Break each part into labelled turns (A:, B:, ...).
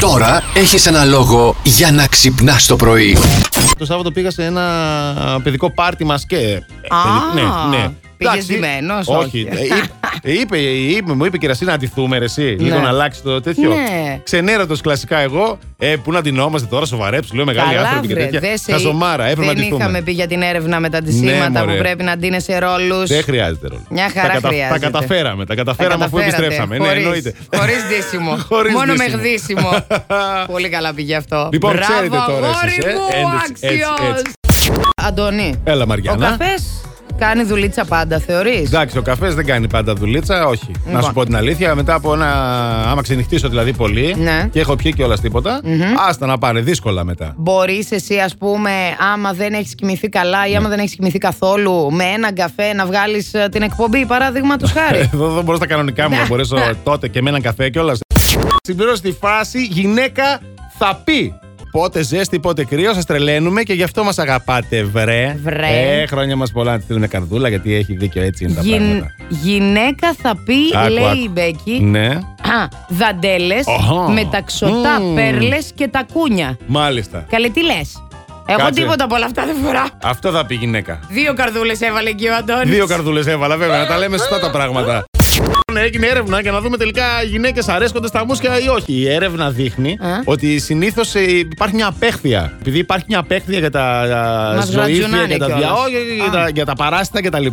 A: Τώρα έχεις ένα λόγο για να ξυπνάς το πρωί.
B: Το Σάββατο πήγα σε ένα παιδικό πάρτι μας και.
C: Α,
B: ναι, ναι.
C: πήγες
B: Εντάξει,
C: ντυμένος, όχι.
B: Όχι. ε, είπε, είπε, είπε- μου είπε η κερασί να ντυθούμε, ρε, εσύ. Λίγο
C: Ναι.
B: να αλλάξει το τέτοιο.
C: Ναι.
B: Ξενέρατο κλασικά εγώ. Ε, πού να ντυνόμαστε τώρα, σοβαρέψου, λέω μεγάλη
C: Καλά,
B: άνθρωποι και
C: βρε,
B: τέτοια.
C: δεν σε-
B: Χαζομάρα, έπρεπε να
C: Δεν
B: ντυθούμε.
C: είχαμε πει για την έρευνα με τα
B: Ναι,
C: αντισήματα
B: μωρέ.
C: που πρέπει να ντύνεσαι ρόλους.
B: Δεν χρειάζεται ρόλο.
C: Μια χαρά
B: τα, κατα-
C: χρειάζεται.
B: Τα καταφέραμε, τα καταφέραμε αφού επιστρέψαμε. Ναι, εννοείται.
C: Χωρίς ντύσιμο.
B: Χωρίς
C: Μόνο
B: ντύσιμο.
C: με γδύσιμο. Πολύ καλά πήγε αυτό.
B: Λοιπόν,
C: Μπράβο,
B: ξέρετε τώρα
C: αγόρι
B: εσείς, ε.
C: μου,
B: Έτσι, έτσι,
C: αξιός.
B: έτσι. Ε,
C: Αντωνή,
B: Έλα,
C: ο
B: Μαριάννα.
C: καφές κάνει δουλίτσα πάντα, θεωρείς.
B: Εντάξει, ο καφές δεν κάνει πάντα δουλίτσα, όχι. Να σου
C: Λοιπόν.
B: πω την αλήθεια, μετά από ένα. Άμα ξενυχτήσω δηλαδή πολύ
C: Ναι.
B: και έχω πιει κιόλας τίποτα, άστα να πάρει δύσκολα μετά.
C: Μπορείς εσύ, ας πούμε, άμα δεν έχεις κοιμηθεί καλά ή άμα
B: Ναι.
C: δεν έχεις κοιμηθεί καθόλου, με έναν καφέ να βγάλεις την εκπομπή, παραδείγματο
B: Ε,
C: χάρη.
B: Εδώ δεν μπορώ στα κανονικά
C: Ναι.
B: μου να μπορέσω τότε και με έναν καφέ κιόλας. Συμπλήρωσε τη φάση γυναίκα θα πει. Πότε ζέστη, πότε κρύο, σας τρελαίνουμε και γι' αυτό μας αγαπάτε, βρε.
C: Βρε.
B: Ε, χρόνια μας πολλά να τη στείλουμε καρδούλα, γιατί έχει δίκιο έτσι είναι τα
C: Γυν-
B: πράγματα.
C: γυναίκα θα πει,
B: Άκου,
C: λέει
B: άκου.
C: η Μπέκη,
B: Ναι,
C: Α, δαντέλες
B: Αχα.
C: με τα ξωτά
B: Μμμ.
C: πέρλες και τα κούνια.
B: μάλιστα.
C: Καλέ, τι λες. Εγώ
B: Κάτσε.
C: τίποτα από όλα αυτά δεν φορά.
B: Αυτό θα πει γυναίκα.
C: Δύο καρδούλες έβαλε εκεί ο Αντώνης.
B: Δύο καρδούλες έβαλα, βέβαια, να τα λέμε σωστά τα πράγματα. Λοιπόν, Έγινε έρευνα για να δούμε τελικά γυναίκες αρέσκονται στα μουσια ή όχι. Η έρευνα δείχνει
C: Α.
B: ότι συνήθως υπάρχει μια απέχθεια. Επειδή υπάρχει μια απέχθεια για τα
C: Μας
B: ζωήφια,
C: γρατζουνάνε
B: για τα, δια...
C: κιόλας.
B: όχι, όχι, για τα, για τα παράσιτα κτλ.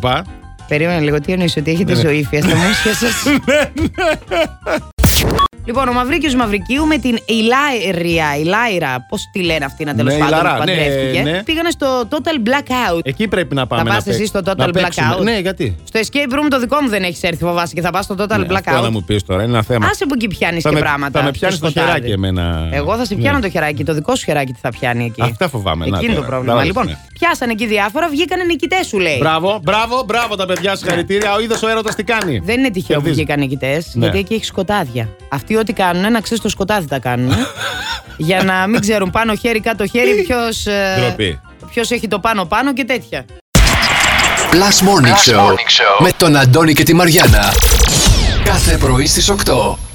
C: Περίμενε λίγο, τι εννοείς ότι έχετε
B: Ναι.
C: ζωήφια στα μουσια σας. Λοιπόν, ο Μαυρίκιος Μαυρικίου με την Ηλάιρια, Ηλάιρα, πώς τη λένε αυτή να τέλος
B: Ναι,
C: πάντων
B: Ηλαρά,
C: που
B: ναι,
C: παντρεύτηκε,
B: ναι. Ε-
C: πήγανε στο Total Blackout.
B: Εκεί πρέπει να πάμε.
C: Θα
B: να
C: πας εσύ
B: παίξ-
C: στο total
B: να παίξουμε.
C: blackout.
B: Ναι, γιατί.
C: Στο escape room το δικό μου δεν έχεις έρθει, φοβάσαι και θα πας στο Total
B: Ναι,
C: Blackout.
B: Αυτό να μου πεις τώρα, είναι ένα θέμα.
C: Άσε που εκεί πιάνεις και
B: θα με,
C: πράγματα.
B: Θα με
C: στο
B: πιάνεις το
C: σκοτάδι.
B: χεράκι εμένα. Ναι.
C: Εγώ θα σε πιάνω το χεράκι, το δικό σου χεράκι τι θα πιάνει εκεί.
B: Αυτά φοβάμαι, να
C: Εκεί είναι το
B: τώρα.
C: πρόβλημα.
B: Καλά,
C: λοιπόν,
B: ναι.
C: πιάσαν εκεί διάφορα, βγήκανε νικητές σου λέει.
B: Μπράβο, μπράβο, μπράβο τα παιδιά, συγχαρητήρια. Ο είδος ο έρωτας τι κάνει.
C: Ναι. Δεν είναι τυχαίο που
B: Κερδίζει.
C: βγήκαν νικητές,
B: Ναι.
C: γιατί εκεί έχεις σκοτάδια. Αυτοί ό,τι κάνουν, να ξέρεις το σκοτάδι τα κάνουν. ε. για να μην ξέρουν πάνω χέρι, κάτω χέρι, ποιος.
B: Ντροπή.
C: Ποιος έχει το πάνω-πάνω και τέτοια.
A: Plus Morning, Show, με τον Αντώνη και τη Μαριάνα. Κάθε πρωί στις 8.